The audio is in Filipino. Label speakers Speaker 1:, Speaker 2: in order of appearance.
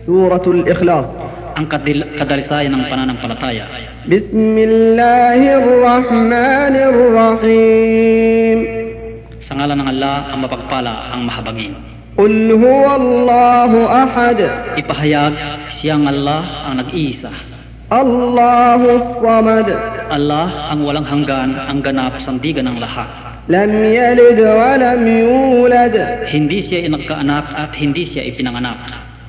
Speaker 1: سورة الإخلاص
Speaker 2: ang kadil, kadalisayan ng pananampalataya.
Speaker 1: بسم الله الرحمن الرحيم
Speaker 2: Sa ngalan ng Allah, ang mapagpala, ang mahabagin.
Speaker 1: قل هو الله أحد
Speaker 2: Ipahayag, siyang Allah ang nag-iisa.
Speaker 1: الله الصمد
Speaker 2: Allah ang walang hanggan, ang ganap sandigan ng lahat.
Speaker 1: لم يلد ولم يولد
Speaker 2: Hindi siya inagkaanak at hindi siya ipinanganak.